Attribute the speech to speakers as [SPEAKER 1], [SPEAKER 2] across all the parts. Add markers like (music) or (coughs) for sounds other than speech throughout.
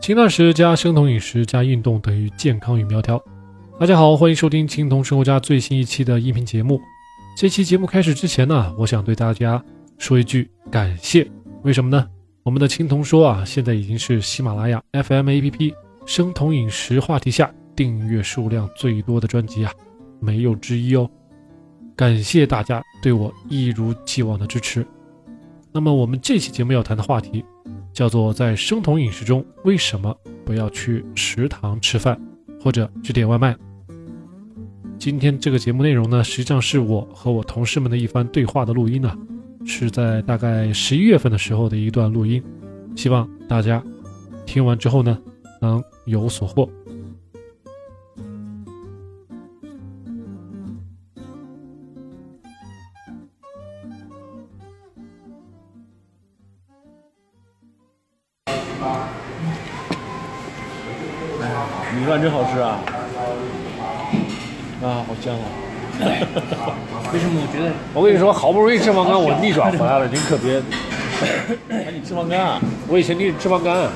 [SPEAKER 1] 轻断食加生酮饮食加运动等于健康与苗条。大家好，欢迎收听青铜生活家最新一期的音频节目。这期节目开始之前呢，我想对大家说一句感谢。为什么呢？我们的青铜说啊，现在已经是喜马拉雅 FM APP 生酮饮食话题下订阅数量最多的专辑啊，没有之一哦。感谢大家对我一如既往的支持。那么我们这期节目要谈的话题，叫做在生酮饮食中为什么不要去食堂吃饭，或者去点外卖。今天这个节目内容呢，实际上是我和我同事们的一番对话的录音啊，是在大概十一月份的时候的一段录音，希望大家听完之后呢，能有所获。
[SPEAKER 2] 米饭真好吃啊！
[SPEAKER 1] 啊，好香啊！
[SPEAKER 3] 哎
[SPEAKER 2] 为什么我觉得？
[SPEAKER 1] 我跟你说，好不容易吃方干，我逆转回来了，您可别。
[SPEAKER 2] 哎，你吃方干啊？
[SPEAKER 1] 我以前就是吃方干，啊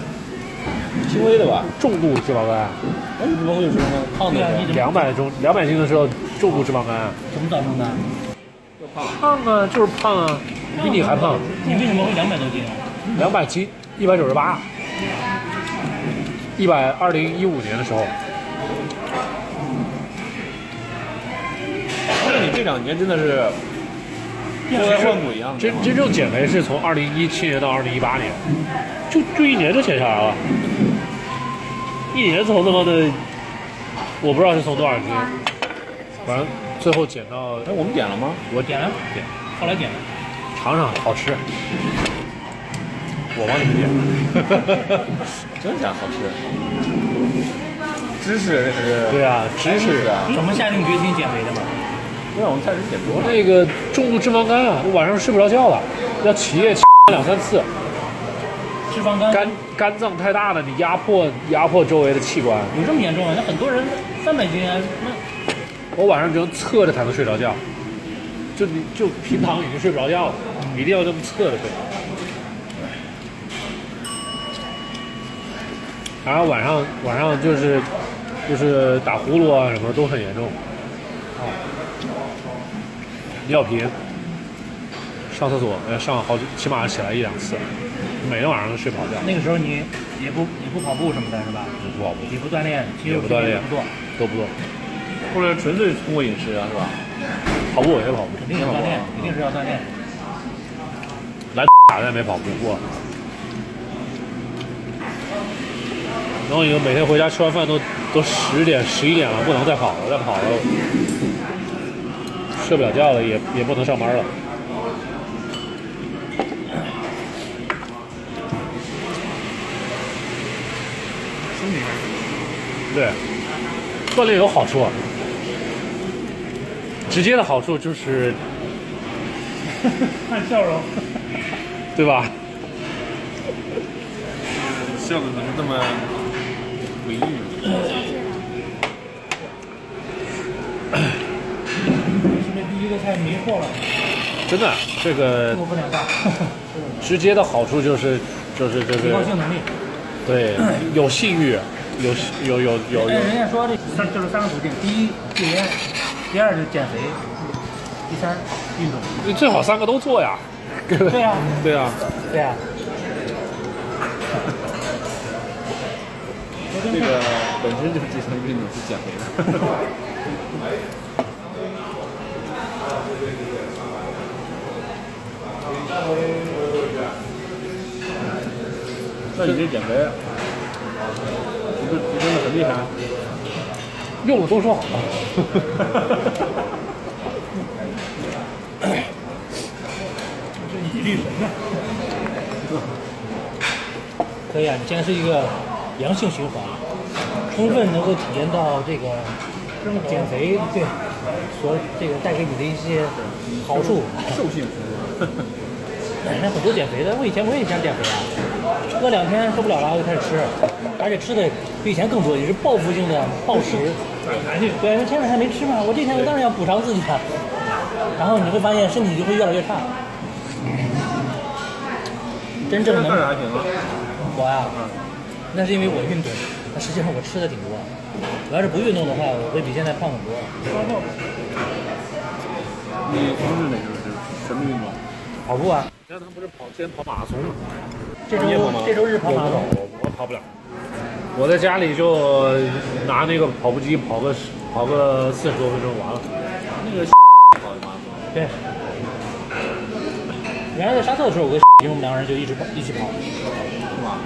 [SPEAKER 2] 轻微的吧？
[SPEAKER 1] 重度吃方干，
[SPEAKER 2] 哎，你怎么会有吃方干？胖的
[SPEAKER 3] 对啊
[SPEAKER 2] 呗
[SPEAKER 3] 你。
[SPEAKER 1] 两百重两百斤的时候重度吃方干，啊
[SPEAKER 3] 怎么造成的？
[SPEAKER 1] 胖啊，就是胖啊，比你还胖，
[SPEAKER 3] 你为什么会两百多斤啊？
[SPEAKER 1] 两百七，一百九十八，一百二零一五年的时候，
[SPEAKER 2] 那你这两年真的是脱胎换骨一样的
[SPEAKER 1] 真。真正减肥是从二零一七年到二零一八年，就就一年就减下来了，一年从他妈的，我不知道是从多少斤，反正最后减到
[SPEAKER 2] 哎，我们点了吗？
[SPEAKER 1] 我
[SPEAKER 3] 点了，后来点了，
[SPEAKER 1] 尝尝好吃，我帮你们点，
[SPEAKER 2] 真的假的？好吃。芝士那可是，
[SPEAKER 1] 对啊，芝
[SPEAKER 2] 芝
[SPEAKER 1] 士
[SPEAKER 2] 士啊！
[SPEAKER 3] 怎么下定决心减肥的嘛？
[SPEAKER 2] 不啊然我们菜市点多
[SPEAKER 1] 我
[SPEAKER 2] 了。
[SPEAKER 1] 那个重度脂肪肝啊，我晚上睡不着觉了，要起夜起两三次，
[SPEAKER 3] 脂肪
[SPEAKER 1] (laughs)
[SPEAKER 3] 肝
[SPEAKER 1] 肝肝脏太大了，你压迫压迫周围的器官，
[SPEAKER 3] 有这么严重啊？那很多人三百斤啊，那
[SPEAKER 1] 我晚上只能侧着才能睡着觉，就你就平躺已经睡不着觉了，一定要这么侧着睡。然后晚上晚上就是就是打呼噜啊什么都很严重，啊尿频，上厕所呃上好几起码起来一两次，每天晚上都睡不着觉，
[SPEAKER 3] 那个时候你也不也不跑步什么的是吧？
[SPEAKER 1] 不好不
[SPEAKER 3] 也不锻炼，其实
[SPEAKER 1] 也不锻炼
[SPEAKER 3] 也不做，
[SPEAKER 1] 都不做，
[SPEAKER 2] 或者纯粹通过饮食啊，是吧？
[SPEAKER 1] 跑步我也跑步，啊
[SPEAKER 3] 肯定要锻炼，
[SPEAKER 2] 啊
[SPEAKER 3] 肯定是要锻炼。
[SPEAKER 2] 嗯
[SPEAKER 1] 来打也没跑步过。然后你就每天回家吃完饭都都十点十一点了，不能再跑了，再跑了睡不了觉了，也也不能上班了。
[SPEAKER 3] 心里
[SPEAKER 1] 对，锻炼有好处，直接的好处就是，
[SPEAKER 3] 看笑容，
[SPEAKER 1] 对吧？
[SPEAKER 2] 笑的怎么这么诡异？
[SPEAKER 3] 是不是第一个太迷惑了？
[SPEAKER 1] 真的，这个
[SPEAKER 3] 我不两大，
[SPEAKER 1] 直接的好处就是就是这
[SPEAKER 3] 提
[SPEAKER 1] 个
[SPEAKER 3] 高性能力。
[SPEAKER 1] 对有信誉，有有有有
[SPEAKER 3] 哎
[SPEAKER 1] 有，
[SPEAKER 3] 人家说这三就是三个途径：第一戒烟，第二是减肥，第三运动。
[SPEAKER 1] 你最好三个都做呀。
[SPEAKER 3] 对呀、
[SPEAKER 1] 对啊，
[SPEAKER 3] 对呀、
[SPEAKER 2] 这个本身就是这项运动是减肥的。那你这减肥，你不你真的很厉害。啊
[SPEAKER 1] 用了都说好。
[SPEAKER 3] 你律神呢？可以啊，你现在是一个良性循环，充分能够体验到这个减肥对所这个带给你的一些好处。
[SPEAKER 2] 兽性
[SPEAKER 3] (coughs) 那很多减肥的，我以前我也想减肥啊，饿两天受不了了，我就开始吃，而且吃的比以前更多，也是报复性的暴食。对，那前两天没吃嘛，我这天我当然要补偿自己了。然后你会发现身体就会越来越差。真正
[SPEAKER 2] 这
[SPEAKER 3] 能
[SPEAKER 2] 干啥还行啊？
[SPEAKER 3] 我呀、那是因为我运动，那实际上我吃的挺多。我要是不运动的话，我会比现在胖很多。
[SPEAKER 1] 你从事哪个是什么运动？
[SPEAKER 3] 跑步啊，
[SPEAKER 1] 你看他不是跑，之前跑马拉松吗？
[SPEAKER 3] 这周这周日跑马拉松，
[SPEAKER 1] 我我跑不了。我在家里就拿那个跑步机跑个十跑个四十多分钟完了。那个跑完了，
[SPEAKER 3] 对。原来在沙特的时候，我跟 (laughs) 因为我们两个人就一直跑一起跑，
[SPEAKER 1] 是吗？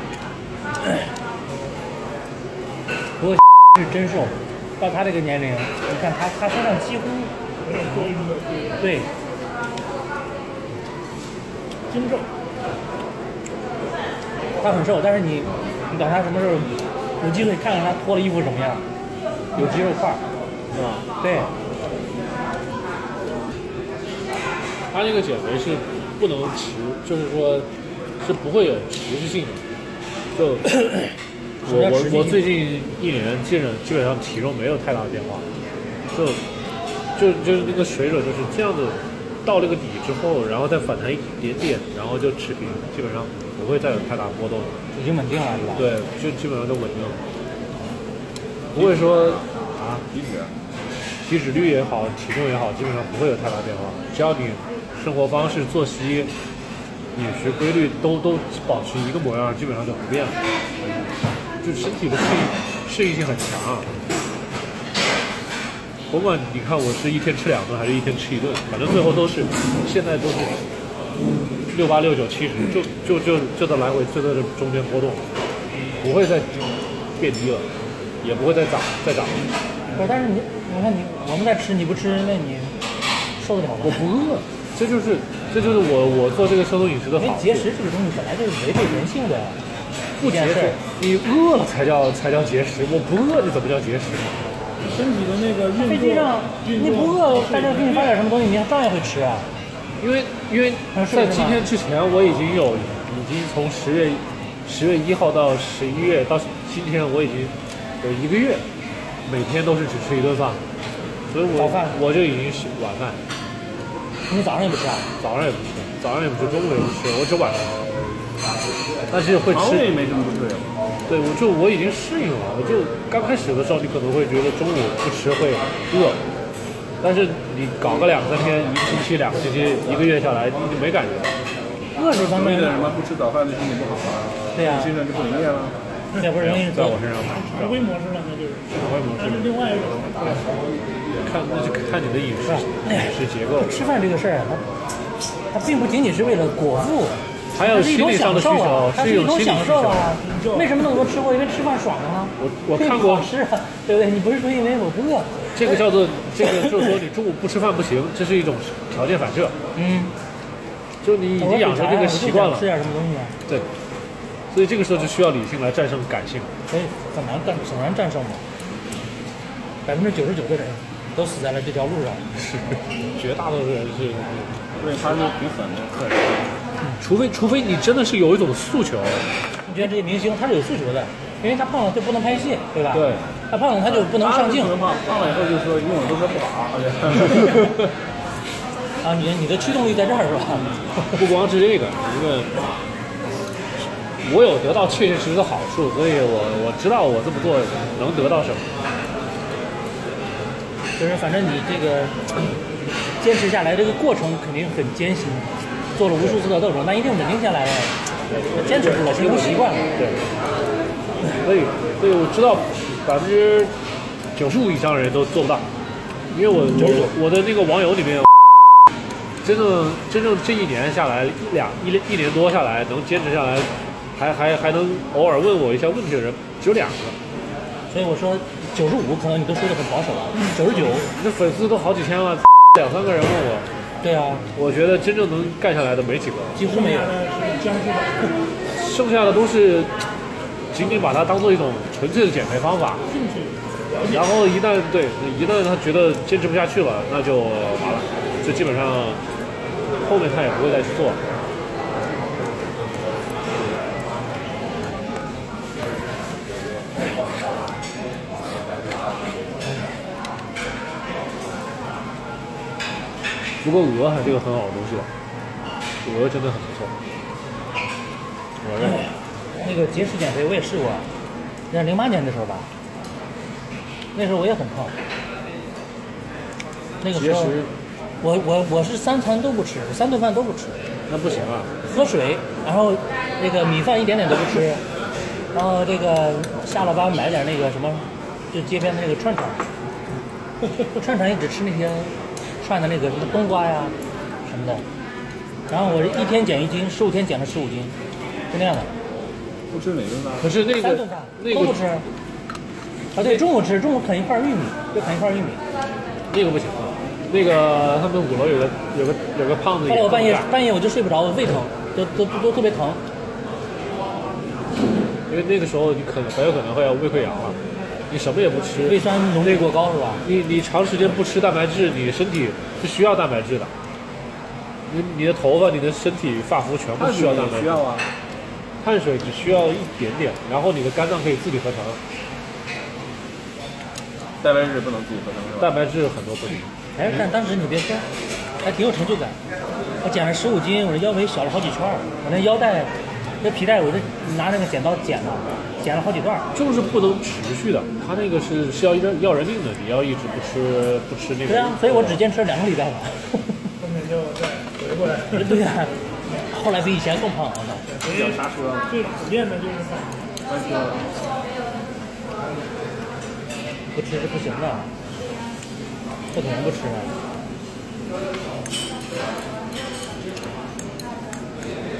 [SPEAKER 3] 不过 (laughs) 是真瘦，到他这个年龄，你看他他身上几乎对
[SPEAKER 1] 真正
[SPEAKER 3] 他很瘦，但是你你等他什么时候有机会看看他脱了衣服什么样，有肌肉块儿，
[SPEAKER 1] 是吧？
[SPEAKER 3] 对，
[SPEAKER 1] 他这个减肥是不能持，就是说是不会有持续性的。就
[SPEAKER 3] 什么
[SPEAKER 1] 我
[SPEAKER 3] 叫持续性
[SPEAKER 1] 我我最近一年基本基本上体重没有太大的变化，就就就是那个水准就是这样子，到了个底之后，然后再反弹一点点，然后就持平，基本上不会再有太大波动了。
[SPEAKER 3] 已经稳定了是吧？
[SPEAKER 1] 对，就基本上都稳定了，不会说啊体脂，体脂率也好，体重也好，基本上不会有太大变化。只要你生活方式、作息、饮食规律都都保持一个模样，基本上就不变了。就身体的适应适应性很强。啊甭管你看我是一天吃两顿还是一天吃一顿，反正最后都是现在都是六八六九七十，就就就就在来回就在这中间波动，不会再变低了，也不会再涨再涨。
[SPEAKER 3] 不是，但是你你看你我们在吃，你不吃，那你受得了吗？
[SPEAKER 1] 饿，这就是这就是我我做这个生酮饮食的
[SPEAKER 3] 因为
[SPEAKER 1] 好处
[SPEAKER 3] 哎节。食这个东西本来就是违背人性的，
[SPEAKER 1] 不节
[SPEAKER 3] 一件事
[SPEAKER 1] 食
[SPEAKER 3] 儿，
[SPEAKER 1] 你饿了才叫才叫节食，我不饿你怎么叫节食？
[SPEAKER 2] 身体的那个运作，
[SPEAKER 3] 飞机上你不饿，大家给你发点什么东西，你还照样会吃啊。
[SPEAKER 1] 因为因为
[SPEAKER 3] 啊是
[SPEAKER 1] 在
[SPEAKER 3] 的
[SPEAKER 1] 今天之前，我已经有已经从十月十月一号到十一月到今天，我已经有一个月每天都是只吃一顿饭，所以我
[SPEAKER 3] 早饭
[SPEAKER 1] 我就已经是晚饭，
[SPEAKER 3] 你早上也不吃啊？
[SPEAKER 1] 早上也不吃，早上也不吃，中午也不吃，我只晚上吃。但是会
[SPEAKER 2] 肠胃
[SPEAKER 1] 吃，
[SPEAKER 2] 没什么不对。啊
[SPEAKER 1] 对我就我已经适应了。我就刚开始的时候，你可能会觉得中午不吃会饿，但是你搞个两三天，一个星期、两个星期、一个月下来，你就没感觉。
[SPEAKER 3] 饿是方
[SPEAKER 2] 为
[SPEAKER 3] 面
[SPEAKER 2] 了什么不吃早饭对身体不好啊？
[SPEAKER 3] 对呀、
[SPEAKER 2] 精神就不营业啊了。
[SPEAKER 3] 那不是容易
[SPEAKER 1] 在我身上
[SPEAKER 2] 常规模式呢，那就是，
[SPEAKER 1] 常规模式，
[SPEAKER 2] 另外一种。
[SPEAKER 1] 看那就看你的饮食饮食结构，
[SPEAKER 3] 吃饭这个事儿，它它并不仅仅是为了果腹，
[SPEAKER 1] 还
[SPEAKER 3] 它
[SPEAKER 1] 有
[SPEAKER 3] 是一
[SPEAKER 1] 心
[SPEAKER 3] 种
[SPEAKER 1] 理上
[SPEAKER 3] 享
[SPEAKER 1] 的需
[SPEAKER 3] 受
[SPEAKER 1] 求
[SPEAKER 3] 啊，，它
[SPEAKER 1] 是
[SPEAKER 3] 是一
[SPEAKER 1] 种
[SPEAKER 3] 种
[SPEAKER 1] 心理
[SPEAKER 3] 享
[SPEAKER 1] 需
[SPEAKER 3] 受
[SPEAKER 1] 求。
[SPEAKER 3] 啊。为什么那么多吃货？因为吃饭爽啊。
[SPEAKER 1] 我我看过
[SPEAKER 3] 是啊，对不对？你不是说因为我不饿？
[SPEAKER 1] 这个叫做这个，就是说你中午不吃饭不行，这是一种条件反射，
[SPEAKER 3] 嗯，
[SPEAKER 1] 就你已
[SPEAKER 3] 我
[SPEAKER 1] 经养成这个习惯
[SPEAKER 3] 我
[SPEAKER 1] 了
[SPEAKER 3] 就想吃，点什么东西啊？
[SPEAKER 1] 对。所以这个时候就需要理性来战胜感性，
[SPEAKER 3] 所以很难战，很难战胜嘛。百分之九十九的人都死在了这条路上。
[SPEAKER 1] 绝大多数人是，
[SPEAKER 2] 对，他是挺狠的。
[SPEAKER 1] 除非除非你真的是有一种诉求，
[SPEAKER 3] 你觉得这些明星他是有诉求的，因为他胖了就不能拍戏，对吧？
[SPEAKER 1] 对，
[SPEAKER 3] 他胖了他就不能上镜
[SPEAKER 2] 他是胖胖了以后就说游泳都说不好。
[SPEAKER 3] 啊！你你的驱动力在这儿是吧？
[SPEAKER 1] (laughs) 不光是这个，一个我有得到确确实实的好处，所以我我知道我这么做能得到什么。
[SPEAKER 3] 就是反正你这个坚持下来，这个过程肯定很艰辛，做了无数次的斗争，但一定稳定下来了，坚持住了，形成习惯了。
[SPEAKER 1] 对，所以所以我知道百分之九十五以上的人都做不到，因为我我我的那个网友里面有 (laughs) 真正真正这一年下来一两一年一年多下来能坚持下来，还还还能偶尔问我一下问题的人只有两个，
[SPEAKER 3] 所以我说九十五可能你都说的很保守了，九十九，
[SPEAKER 1] 那粉丝都好几千了，两三个人问我，
[SPEAKER 3] 对啊，
[SPEAKER 1] 我觉得真正能干下来的没几个，
[SPEAKER 3] 几乎没有。
[SPEAKER 2] 僵尸
[SPEAKER 1] 剩下的都是仅仅把它当做一种纯粹的减肥方法。然后一旦对一旦他觉得坚持不下去了，那就完了，就基本上后面他也不会再去做。不过鹅还是个很好的东西的，鹅真的很不错。
[SPEAKER 3] 那个节食减肥我也试过，那零八年的时候吧，那时候我也很胖。那个
[SPEAKER 1] 节
[SPEAKER 3] 时候，
[SPEAKER 1] 食
[SPEAKER 3] 我我我是三餐都不吃，我三顿饭都不吃，
[SPEAKER 1] 那不行啊，
[SPEAKER 3] 喝水，然后那个米饭一点点都不吃，然后这个下了班买点那个什么，就街边的那个串串，串串也只吃那些串的那个什么冬瓜呀什么的，然后我这一天减一斤，十五天减了十五斤，是那样的，
[SPEAKER 2] 不吃哪顿饭？
[SPEAKER 1] 可是那
[SPEAKER 3] 三
[SPEAKER 1] 个
[SPEAKER 3] 顿饭
[SPEAKER 1] 那
[SPEAKER 3] 都不
[SPEAKER 1] 个
[SPEAKER 3] 吃。啊，对，中午吃，中午啃一块玉米，就啃一块玉米。
[SPEAKER 1] 那个不行啊，那个他们鼓楼有个有个有个胖子
[SPEAKER 3] 后
[SPEAKER 1] 也
[SPEAKER 3] 来我半夜
[SPEAKER 1] 这么干
[SPEAKER 3] 半夜我就睡不着，我胃疼，都都都都特别疼。
[SPEAKER 1] 因为那个时候你可能很有可能会要胃溃疡了，你什么也不吃，
[SPEAKER 3] 胃酸浓度过高是吧？
[SPEAKER 1] 你你长时间不吃蛋白质，你身体是需要蛋白质的。你你的头发、你的身体发肤全部
[SPEAKER 2] 碳
[SPEAKER 1] 需
[SPEAKER 2] 水
[SPEAKER 1] 要蛋
[SPEAKER 2] 也
[SPEAKER 1] 白
[SPEAKER 2] 需
[SPEAKER 1] 质，
[SPEAKER 2] 要啊，
[SPEAKER 1] 碳水只需要一点点，然后你的肝脏可以自己合成，
[SPEAKER 2] 蛋白质不能自己合成是吧？
[SPEAKER 1] 蛋白质很多不行。
[SPEAKER 3] 哎，
[SPEAKER 1] 嗯
[SPEAKER 3] 但当时你别说，还挺有成就感。我减了十五斤，我这腰围小了好几圈儿，我那腰带、那皮带，我这拿那个剪刀剪的，剪了好几段儿。
[SPEAKER 1] 就是不能持续的，它那个是是要人要人命的，你要一直不吃不吃那个。
[SPEAKER 3] 对啊，所以我只坚持了两个礼拜吧。
[SPEAKER 4] 后面就再回过来，
[SPEAKER 3] 对呀、后来比以前更胖了呢。
[SPEAKER 2] 有啥说啊？
[SPEAKER 4] 最普遍的就是放
[SPEAKER 2] 完事了
[SPEAKER 3] 不吃是不行的，不可能不吃啊的。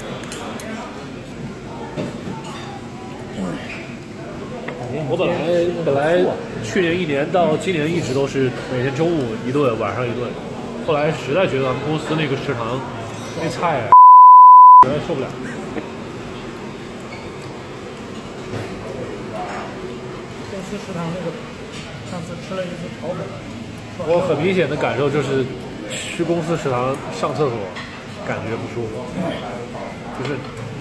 [SPEAKER 3] 哎
[SPEAKER 4] 哎
[SPEAKER 1] 我本来本来去年一年到今年一直都是每天中午一顿，晚上一顿，后来实在觉得咱们公司那个食堂那菜啊，实在受不了。
[SPEAKER 4] 公司食堂那个，上次吃了一次炒粉，
[SPEAKER 1] 我很明显的感受就是，去公司食堂上厕所感觉不舒服，就是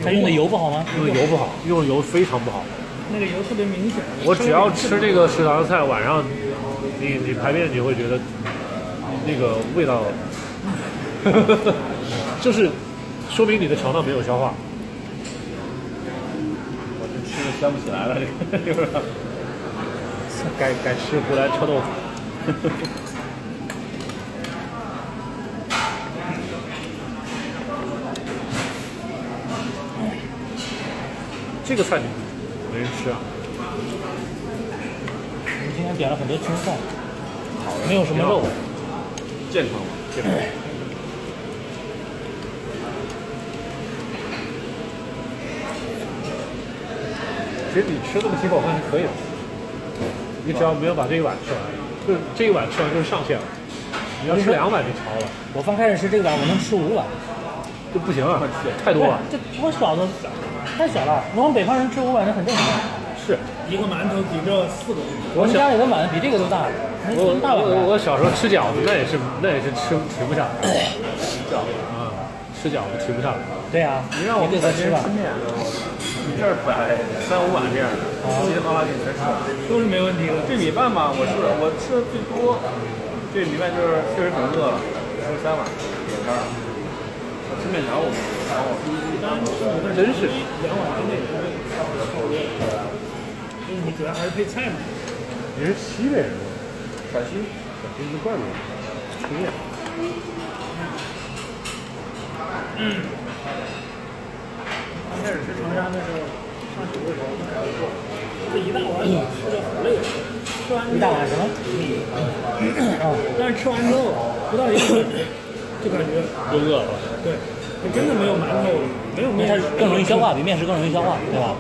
[SPEAKER 3] 他用的油不好吗？
[SPEAKER 1] 用的油不好，用的油非常不好。
[SPEAKER 4] 那个油特别明显。
[SPEAKER 1] 我只要吃这个食堂菜，晚上你你排便你会觉得那个味道，就是说明你的肠道没有消化。
[SPEAKER 2] 我这吃的香不起来了，这个就是
[SPEAKER 1] 改改吃湖南臭豆腐。这个菜你没人吃啊？
[SPEAKER 3] 我们今天点了很多青菜，没有什么肉。
[SPEAKER 2] 健康。
[SPEAKER 1] 这个其实你吃这么几口饭是可以的，你只要没有把这一碗吃完，就是这一碗吃完就是上限了。你要吃两碗就超了，
[SPEAKER 3] 我刚开始吃这个碗，我能吃五碗。
[SPEAKER 1] 就不行了，太多
[SPEAKER 4] 啊
[SPEAKER 1] 了。
[SPEAKER 3] 这我小的太小了，我们北方人吃五碗那很正常。
[SPEAKER 1] 是
[SPEAKER 4] 一个馒头抵着四个，
[SPEAKER 3] 我们家里的碗比这个都大，那
[SPEAKER 1] 我
[SPEAKER 3] 大碗
[SPEAKER 1] 我
[SPEAKER 3] 的。
[SPEAKER 1] 我小时候吃饺子，那也是那也是吃停不下来，啊，吃饺子停不下来。
[SPEAKER 3] 对呀、啊，
[SPEAKER 2] 你让我
[SPEAKER 3] 这次
[SPEAKER 2] 们在
[SPEAKER 3] 吃
[SPEAKER 2] 这
[SPEAKER 3] 吧
[SPEAKER 2] 儿吃。面，啊你这儿摆三五碗这样的，稀里哗啦给你全吃了。
[SPEAKER 4] 都是没问题的。
[SPEAKER 2] 这米饭吧，我吃了我吃的最多，这米饭就是确实很饿了，吃了三碗米饭。我吃面条我不吃，然后
[SPEAKER 1] 真是，
[SPEAKER 4] 因为你主要还是配菜嘛。
[SPEAKER 1] 你是西北人吗？
[SPEAKER 2] 陕西
[SPEAKER 1] 陕西是怪不得吃面。
[SPEAKER 4] 刚开始吃长沙的时候，上学的时候，这一大碗米吃的好累，吃完
[SPEAKER 3] 一
[SPEAKER 4] 之
[SPEAKER 3] 大
[SPEAKER 4] 后，
[SPEAKER 3] 碗什么？
[SPEAKER 4] 但是吃完之后不到一个小时，就感觉
[SPEAKER 1] 都饿了，
[SPEAKER 4] 对，就真的没有馒头，没有
[SPEAKER 3] 因为
[SPEAKER 4] 面
[SPEAKER 3] 它
[SPEAKER 4] 食，
[SPEAKER 3] 更容易消化，比面食更容易消化，对吧？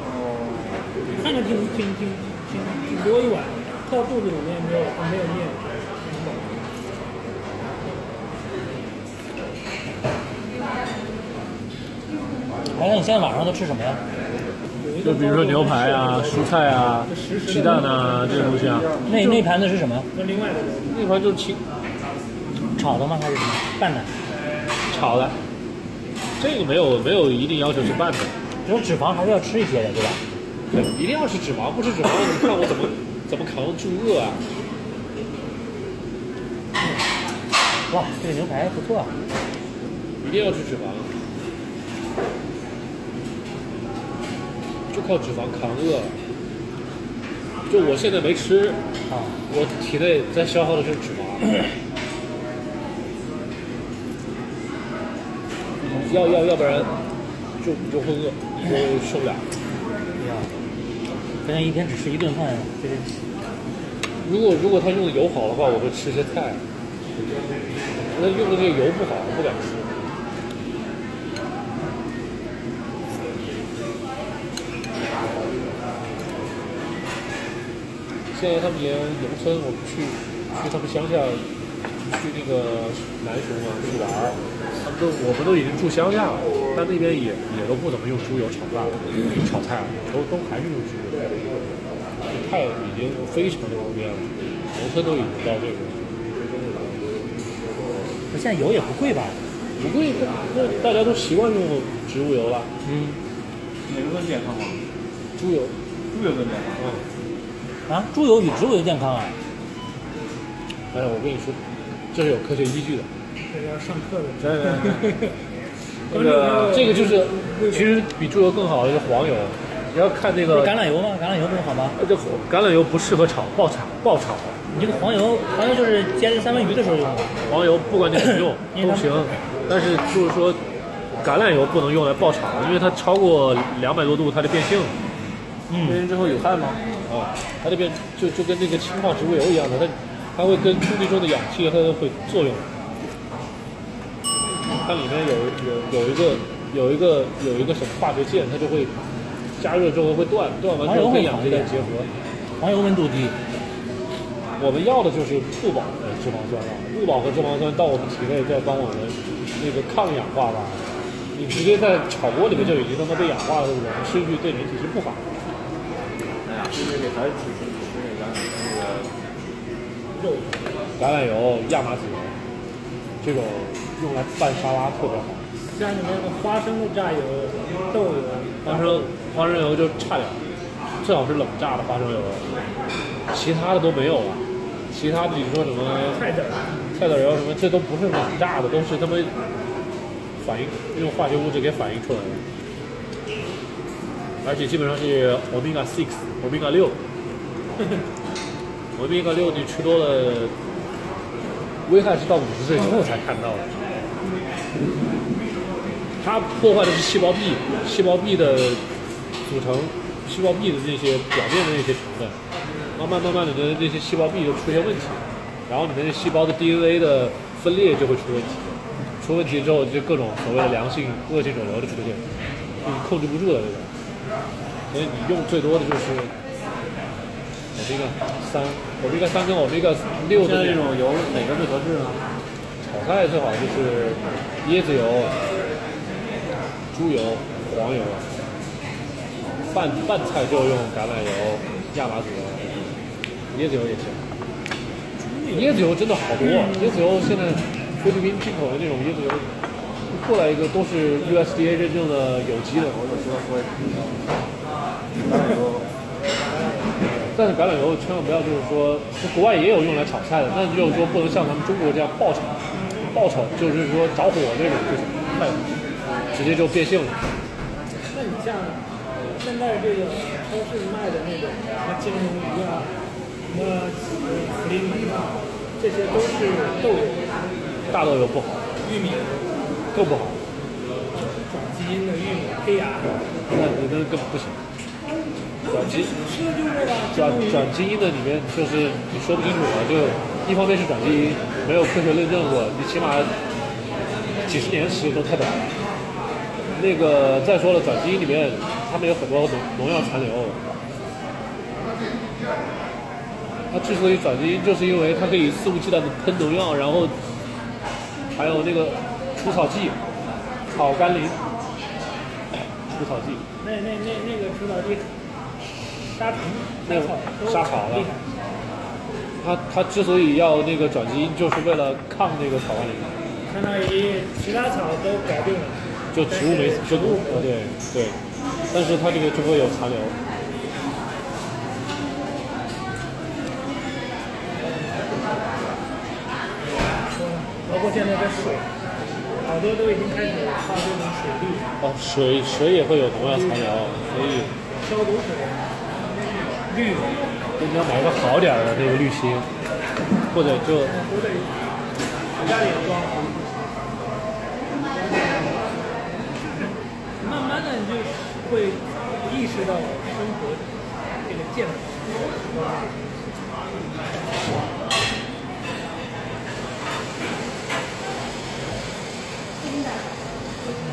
[SPEAKER 4] 看着挺挺挺挺挺多一碗，到肚子里面没有没有面，
[SPEAKER 3] 哎，那你现在晚上都吃什么呀？
[SPEAKER 1] 就比如说牛排啊、蔬菜啊、鸡蛋啊这些东西啊，
[SPEAKER 3] 那那盘子是什么？
[SPEAKER 4] 那另外的人
[SPEAKER 1] 那盘就是清
[SPEAKER 3] 炒的吗？还是什么拌的？
[SPEAKER 1] 炒的。这个没有没有一定要求是拌的，
[SPEAKER 3] 只有脂肪还是要吃一些的，对吧？
[SPEAKER 1] 对，一定要吃脂肪，不吃脂肪你看我怎么怎么扛得住饿啊？
[SPEAKER 3] 哇，这个牛排不错啊！
[SPEAKER 1] 一定要吃脂肪，就靠脂肪扛饿。就我现在没吃，
[SPEAKER 3] 啊，
[SPEAKER 1] 我体内在消耗的是脂肪。要要要不然就就会饿，我受不了。
[SPEAKER 3] 对呀，大家一天只吃一顿饭，这个
[SPEAKER 1] 如果如果他用的油好的话，我会吃些菜。那用的这个油不好，我不敢吃。现在他们连农村，我们去去他们乡下，去那个南雄啊去玩儿，他们都我们都已经住乡下了，但那边也也都不怎么用猪油炒饭了，炒菜了，都都还是用猪油。太已经非常的普遍了，农村都已经到这个，
[SPEAKER 3] 现在油也不贵吧？
[SPEAKER 1] 不贵，那大家都习惯用植物油了，
[SPEAKER 3] 嗯，
[SPEAKER 2] 哪个更健康吗？
[SPEAKER 1] 猪油，
[SPEAKER 2] 猪油更健康。
[SPEAKER 1] 嗯，
[SPEAKER 3] 啊，猪油比植物油健康啊？
[SPEAKER 1] 哎，我跟你说，这是有科学依据的。
[SPEAKER 4] 这个要上课的，
[SPEAKER 1] 真的，
[SPEAKER 4] 这个
[SPEAKER 1] 这个就是，其实比猪油更好的是黄油，你要看这
[SPEAKER 3] 不
[SPEAKER 1] 个
[SPEAKER 3] 是橄榄油吗？橄榄油不是好吗？
[SPEAKER 1] 这橄榄油不适合炒，爆炒爆炒，
[SPEAKER 3] 你这个黄油，黄油就是煎三文鱼的时候用的。
[SPEAKER 1] 黄油不管你怎么 (laughs) 用
[SPEAKER 3] 因为
[SPEAKER 1] 都
[SPEAKER 3] 它
[SPEAKER 1] 行，但是就是说，橄榄油不能用来爆炒，因为它超过两百多度它就变性了。
[SPEAKER 3] 嗯，
[SPEAKER 1] 之后有汗吗？啊，它这边就就跟那个氢化植物油一样的，它它会跟空气中的氧气它都会作用。它里面有有有一个有一个有一个什么化学键，它就会加热之后会断，断完之后跟氧气再结合。
[SPEAKER 3] 黄油温度低，
[SPEAKER 1] 我们要的就是不饱和脂肪酸啊了，不饱和脂肪酸到我们体内再帮我们那个抗氧化吧。你直接在炒锅里面就已经他妈被氧化了，我们吃进去对人体是不好的。
[SPEAKER 2] 哎呀，这个还是吃吃吃那个那个
[SPEAKER 1] 橄榄油、亚麻籽油，这种用来拌沙拉特别好。
[SPEAKER 4] 家里面的花生的榨油、豆油，
[SPEAKER 1] 花生花生油就差点儿，最好是冷榨的花生油，其他的都没有了。其他的你说什么
[SPEAKER 4] 菜籽儿，
[SPEAKER 1] 菜籽油什么，这都不是冷榨的，都是他们反应用化学物质给反应出来的，而且基本上是 omega six、omega (laughs) 六、omega 六，你吃多了，危害是到五十岁之后才看到的。它破坏的是细胞壁，细胞壁的组成，细胞壁的那些表面的那些成分，慢慢慢慢的你的那些细胞壁就出现问题，然后你的那细胞的 DNA 的分裂就会出问题，出问题之后就各种所谓的良性恶性肿瘤就出现，你控制不住的那种，所以你用最多的就是我这个三，我这个三跟我这个六
[SPEAKER 2] 现
[SPEAKER 1] 的
[SPEAKER 2] 在
[SPEAKER 1] 那
[SPEAKER 2] 这
[SPEAKER 1] 种
[SPEAKER 2] 种油哪个最合适呢？
[SPEAKER 1] 炒菜最好就是椰子油、猪油、黄油，啊拌拌菜就用橄榄油、亚麻籽油，椰子油也行。椰子油真的好多，啊椰子油现在菲律宾进口的那种椰子油，过来一个都是 USDA 认证的有机的，但是橄榄油千万不要就是说，国外也有用来炒菜的，但是就是说不能像咱们中国这样爆炒，爆炒就是说着火那种不行，太直接就变性了。
[SPEAKER 4] 那你像现在这个超市卖的那种什么金龙鱼啊，什么福林鱼啊，这些都是豆油，
[SPEAKER 1] 大豆油不好，
[SPEAKER 4] 玉米
[SPEAKER 1] 更不好，
[SPEAKER 4] 种基因的玉米胚芽。
[SPEAKER 1] 那那更不行。转基
[SPEAKER 4] 吃的就是这个
[SPEAKER 1] 转转基因的里面就是你说不清楚了，就一方面是转基因没有科学论证过，你起码几十年吃都太短了。那个再说了，转基因里面他们有很多农农药残留。它之所以转基因，就是因为它可以肆无忌惮的喷农药，然后还有那个除草剂、草甘膦、除草剂。
[SPEAKER 4] 那那那那个指导地沙虫、
[SPEAKER 1] 那
[SPEAKER 4] 沙
[SPEAKER 1] 个
[SPEAKER 4] 草都
[SPEAKER 1] 沙草了
[SPEAKER 4] 厉害
[SPEAKER 1] 它它之所以要那个转基因，就是为了抗那个草甘膦。
[SPEAKER 4] 相当于其他草都改病了。
[SPEAKER 1] 就植物没就物对对，但是它这个就会有残留。
[SPEAKER 4] 包括现在的水，好多都已经开始靠这种水利
[SPEAKER 1] 哦，水水也会有农药残留，所以
[SPEAKER 4] 消毒水，日
[SPEAKER 1] 绿，就你要买一个好点儿的那个滤芯，或者就
[SPEAKER 4] 慢慢的你就会意识到生活这个健康。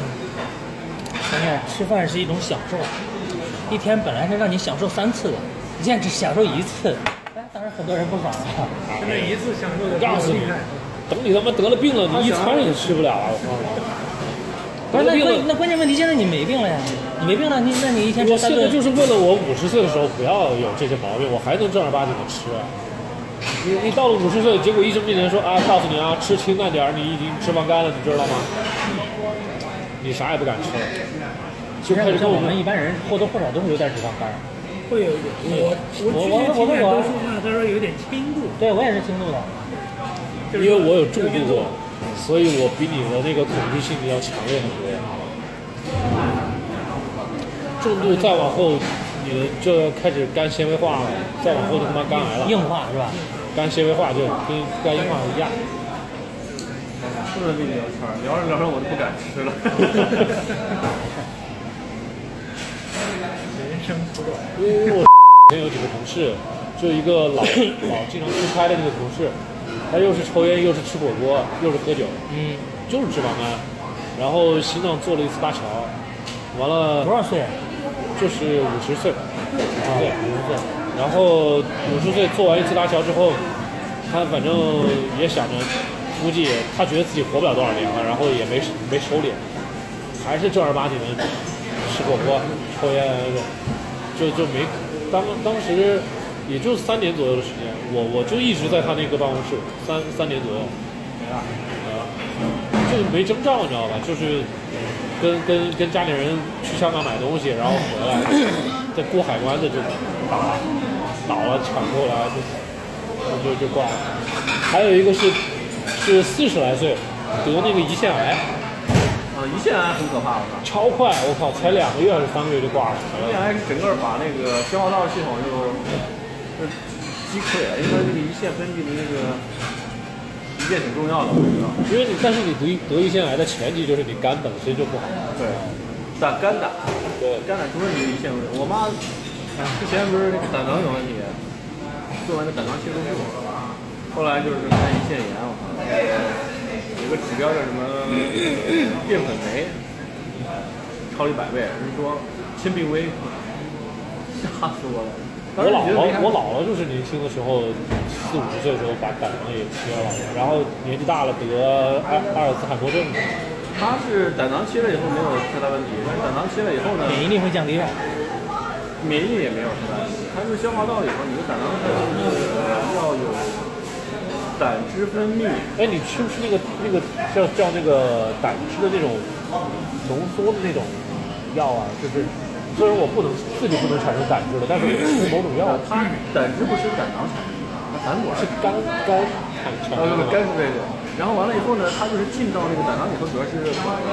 [SPEAKER 3] 你看，哎吃饭是一种享受，一天本来是让你享受三次的，你现在只享受一次，哎，当然很多人不爽了。
[SPEAKER 4] 真的一次享受的
[SPEAKER 1] 告诉你
[SPEAKER 4] 厉害。
[SPEAKER 1] 等你他妈得了病了，你一餐也吃不了啊了。我告诉你，
[SPEAKER 3] 不是，
[SPEAKER 1] 得了
[SPEAKER 3] 那
[SPEAKER 1] 病
[SPEAKER 3] 关
[SPEAKER 1] 了。
[SPEAKER 3] 那关键问题现在你没病了呀，你没病了，你那你一天
[SPEAKER 1] 我
[SPEAKER 3] 吃三
[SPEAKER 1] 现在
[SPEAKER 3] 顿
[SPEAKER 1] 就是为了我五十岁的时候不要有这些毛病，我还能正儿八经的吃。啊你你到了五十岁，结果医生面前说啊，告诉你啊，吃清淡点儿，你已经脂肪肝了，你知道吗？你啥也不敢吃了，就
[SPEAKER 3] 就
[SPEAKER 1] 开始
[SPEAKER 3] 像
[SPEAKER 1] 跟我
[SPEAKER 3] 我
[SPEAKER 1] 们
[SPEAKER 3] 们一般人或多或少都会有点脂肪肝。
[SPEAKER 4] 会有一点，
[SPEAKER 3] 我
[SPEAKER 4] 我我
[SPEAKER 3] 我
[SPEAKER 4] 去年体检
[SPEAKER 3] 我
[SPEAKER 4] 都说那他说有点轻度，
[SPEAKER 3] 对我也是轻度的，
[SPEAKER 4] 就
[SPEAKER 1] 因
[SPEAKER 4] 是
[SPEAKER 1] 为我有重度过，所以我比你的那个恐惧性要强烈很多。重度再往后，你的就要开始肝纤维化了，再往后就他妈肝癌了，嗯
[SPEAKER 3] 硬化是吧？
[SPEAKER 1] 肝纤维化就跟肝硬化一样。
[SPEAKER 2] 不能跟你聊天儿，聊着聊着我都不敢吃了。
[SPEAKER 1] 因为我 (laughs) 以前有几个同事，就一个老老经常出差的那个同事，他又是抽烟，又是吃火锅，又是喝酒，
[SPEAKER 3] 嗯，
[SPEAKER 1] 就是脂肪肝，然后心脏做了一次搭桥，完了
[SPEAKER 3] 多少岁？
[SPEAKER 1] 就是五十岁吧，啊对，
[SPEAKER 3] 五十岁。
[SPEAKER 1] 然后五十岁做完一次搭桥之后，他反正也想着，估计他觉得自己活不了多少年了，然后也没没收敛，还是正儿八经的吃火锅、抽烟，就就没当当时也就三年左右的时间，我我就一直在他那个办公室三三年左右，没了，就没征兆，你知道吧？就是跟跟跟家里人去香港买东西，然后回来，在过海关的就倒了，倒了抢购了，就就就就挂了。还有一个是是四十来岁得那个胰腺癌，
[SPEAKER 2] 啊，胰腺癌很可怕，我靠！
[SPEAKER 1] 超快，我靠，才两个月还是三个月就挂了。
[SPEAKER 2] 胰腺癌是整个把那个消化道系统就就击溃了，因为它这个胰腺分泌的那个胰腺挺重要的，我知道。
[SPEAKER 1] 因为你但是你得得胰腺癌的前提就是你肝本身就不好，
[SPEAKER 2] 对，胆肝胆，
[SPEAKER 1] 对，
[SPEAKER 2] 肝胆出问题胰腺问题。我妈之前不是那个胆囊有问题，做完那胆囊切除术，后来就是看胰腺炎，我靠，有个指标叫什么淀粉酶，超一百倍，人说亲病危，吓死我了。
[SPEAKER 1] 我
[SPEAKER 2] 当时
[SPEAKER 1] 姥
[SPEAKER 2] 觉得没啥
[SPEAKER 1] 姥，我姥姥就是年轻的时候，四五十岁的时候把胆囊也切了，然后年纪大了得阿阿尔兹海默症，
[SPEAKER 2] 它是胆囊切了以后没有太大问题，但是胆囊切了以后呢，
[SPEAKER 1] 嗯
[SPEAKER 3] 免疫力会降低啊。
[SPEAKER 2] 免疫力也没有太大问题。它是消化道以后，你的胆囊它就是要有胆汁分泌，
[SPEAKER 1] 哎，你吃不吃那个那个叫叫那个胆汁的那种浓缩的那种药啊？就是虽然我不能自己不能产生胆汁了，但是我吃某种药
[SPEAKER 2] 呃，它胆汁不是胆囊产生的，它胆管
[SPEAKER 1] 是肝肝产产
[SPEAKER 2] 呃
[SPEAKER 1] 生的
[SPEAKER 2] 肝
[SPEAKER 1] 吗。
[SPEAKER 2] 是这个。然后完了以后呢，它就是进到那个胆囊以后，主要是饱和。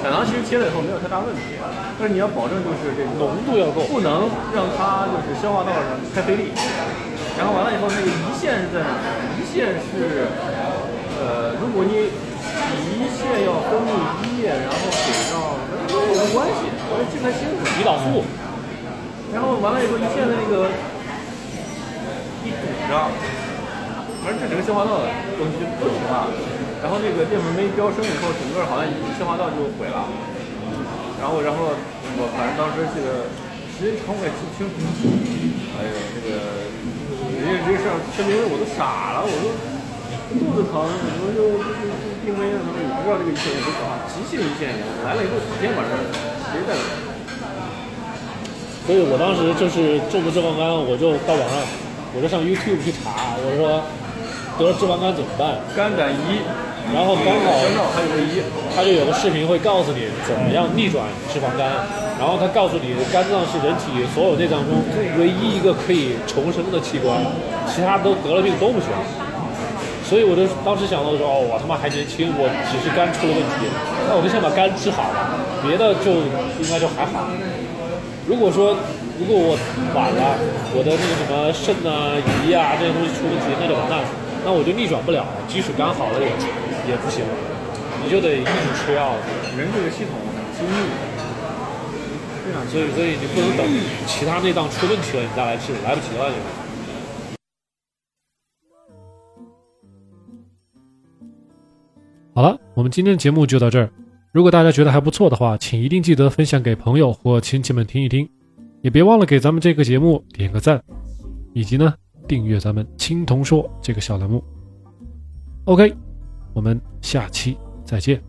[SPEAKER 2] 胆囊其实切了以后没有太大问题，啊但是你要保证就是这个
[SPEAKER 1] 浓度要够，
[SPEAKER 2] 不能让它就是消化道上太费力。然后完了以后，那个胰腺是在哪儿呢？胰腺是，呃，如果你胰腺要分泌胰液，然后给到，跟我有关系，我也记不太清楚。
[SPEAKER 1] 胰岛素，
[SPEAKER 2] 然后完了以后，胰腺的那个一堵上，反正这整个消化道的东西就不行了。然后那个淀粉酶飙升以后，整个好像消化道就毁了。然后，然后我反正当时记得时间长我也记不清楚。哎呦，这个人家这事儿，这明我都傻了，我都肚子疼，什么就就就就病危了，什么也不知道这个胰腺炎多少，急性胰腺炎来了以后，几天晚上谁在管？
[SPEAKER 1] 所以我当时就是中了脂肪肝，我就到网上，我就上 YouTube 去查，我说得了脂肪肝怎么办？
[SPEAKER 2] 肝胆胰
[SPEAKER 1] 然后刚好
[SPEAKER 2] 相照还有个胰。
[SPEAKER 1] 他就有个视频会告诉你怎么样逆转脂肪肝，然后他告诉你肝脏是人体所有内脏中唯一一个可以重生的器官，其他都得了病都不行。所以我就当时想到说，哦，我他妈还年轻，我只是肝出了问题，那我就先把肝治好了，别的就应该就还好。如果说如果我晚了，我的那个什么肾啊、胰啊这些东西出问题，那就完蛋了，那我就逆转不了，即使肝好了也也不行，你就得一直吃药。
[SPEAKER 2] 人这个系统很精密的，非
[SPEAKER 5] 啊
[SPEAKER 2] 常
[SPEAKER 1] 所以所以你不能等其他内脏出问题了你再来治，来不及了就。
[SPEAKER 5] 好了，我们今天的节目就到这儿。如果大家觉得还不错的话，请一定记得分享给朋友或亲戚们听一听，也别忘了给咱们这个节目点个赞，以及呢订阅咱们“青铜说”这个小栏目。OK，我们下期再见。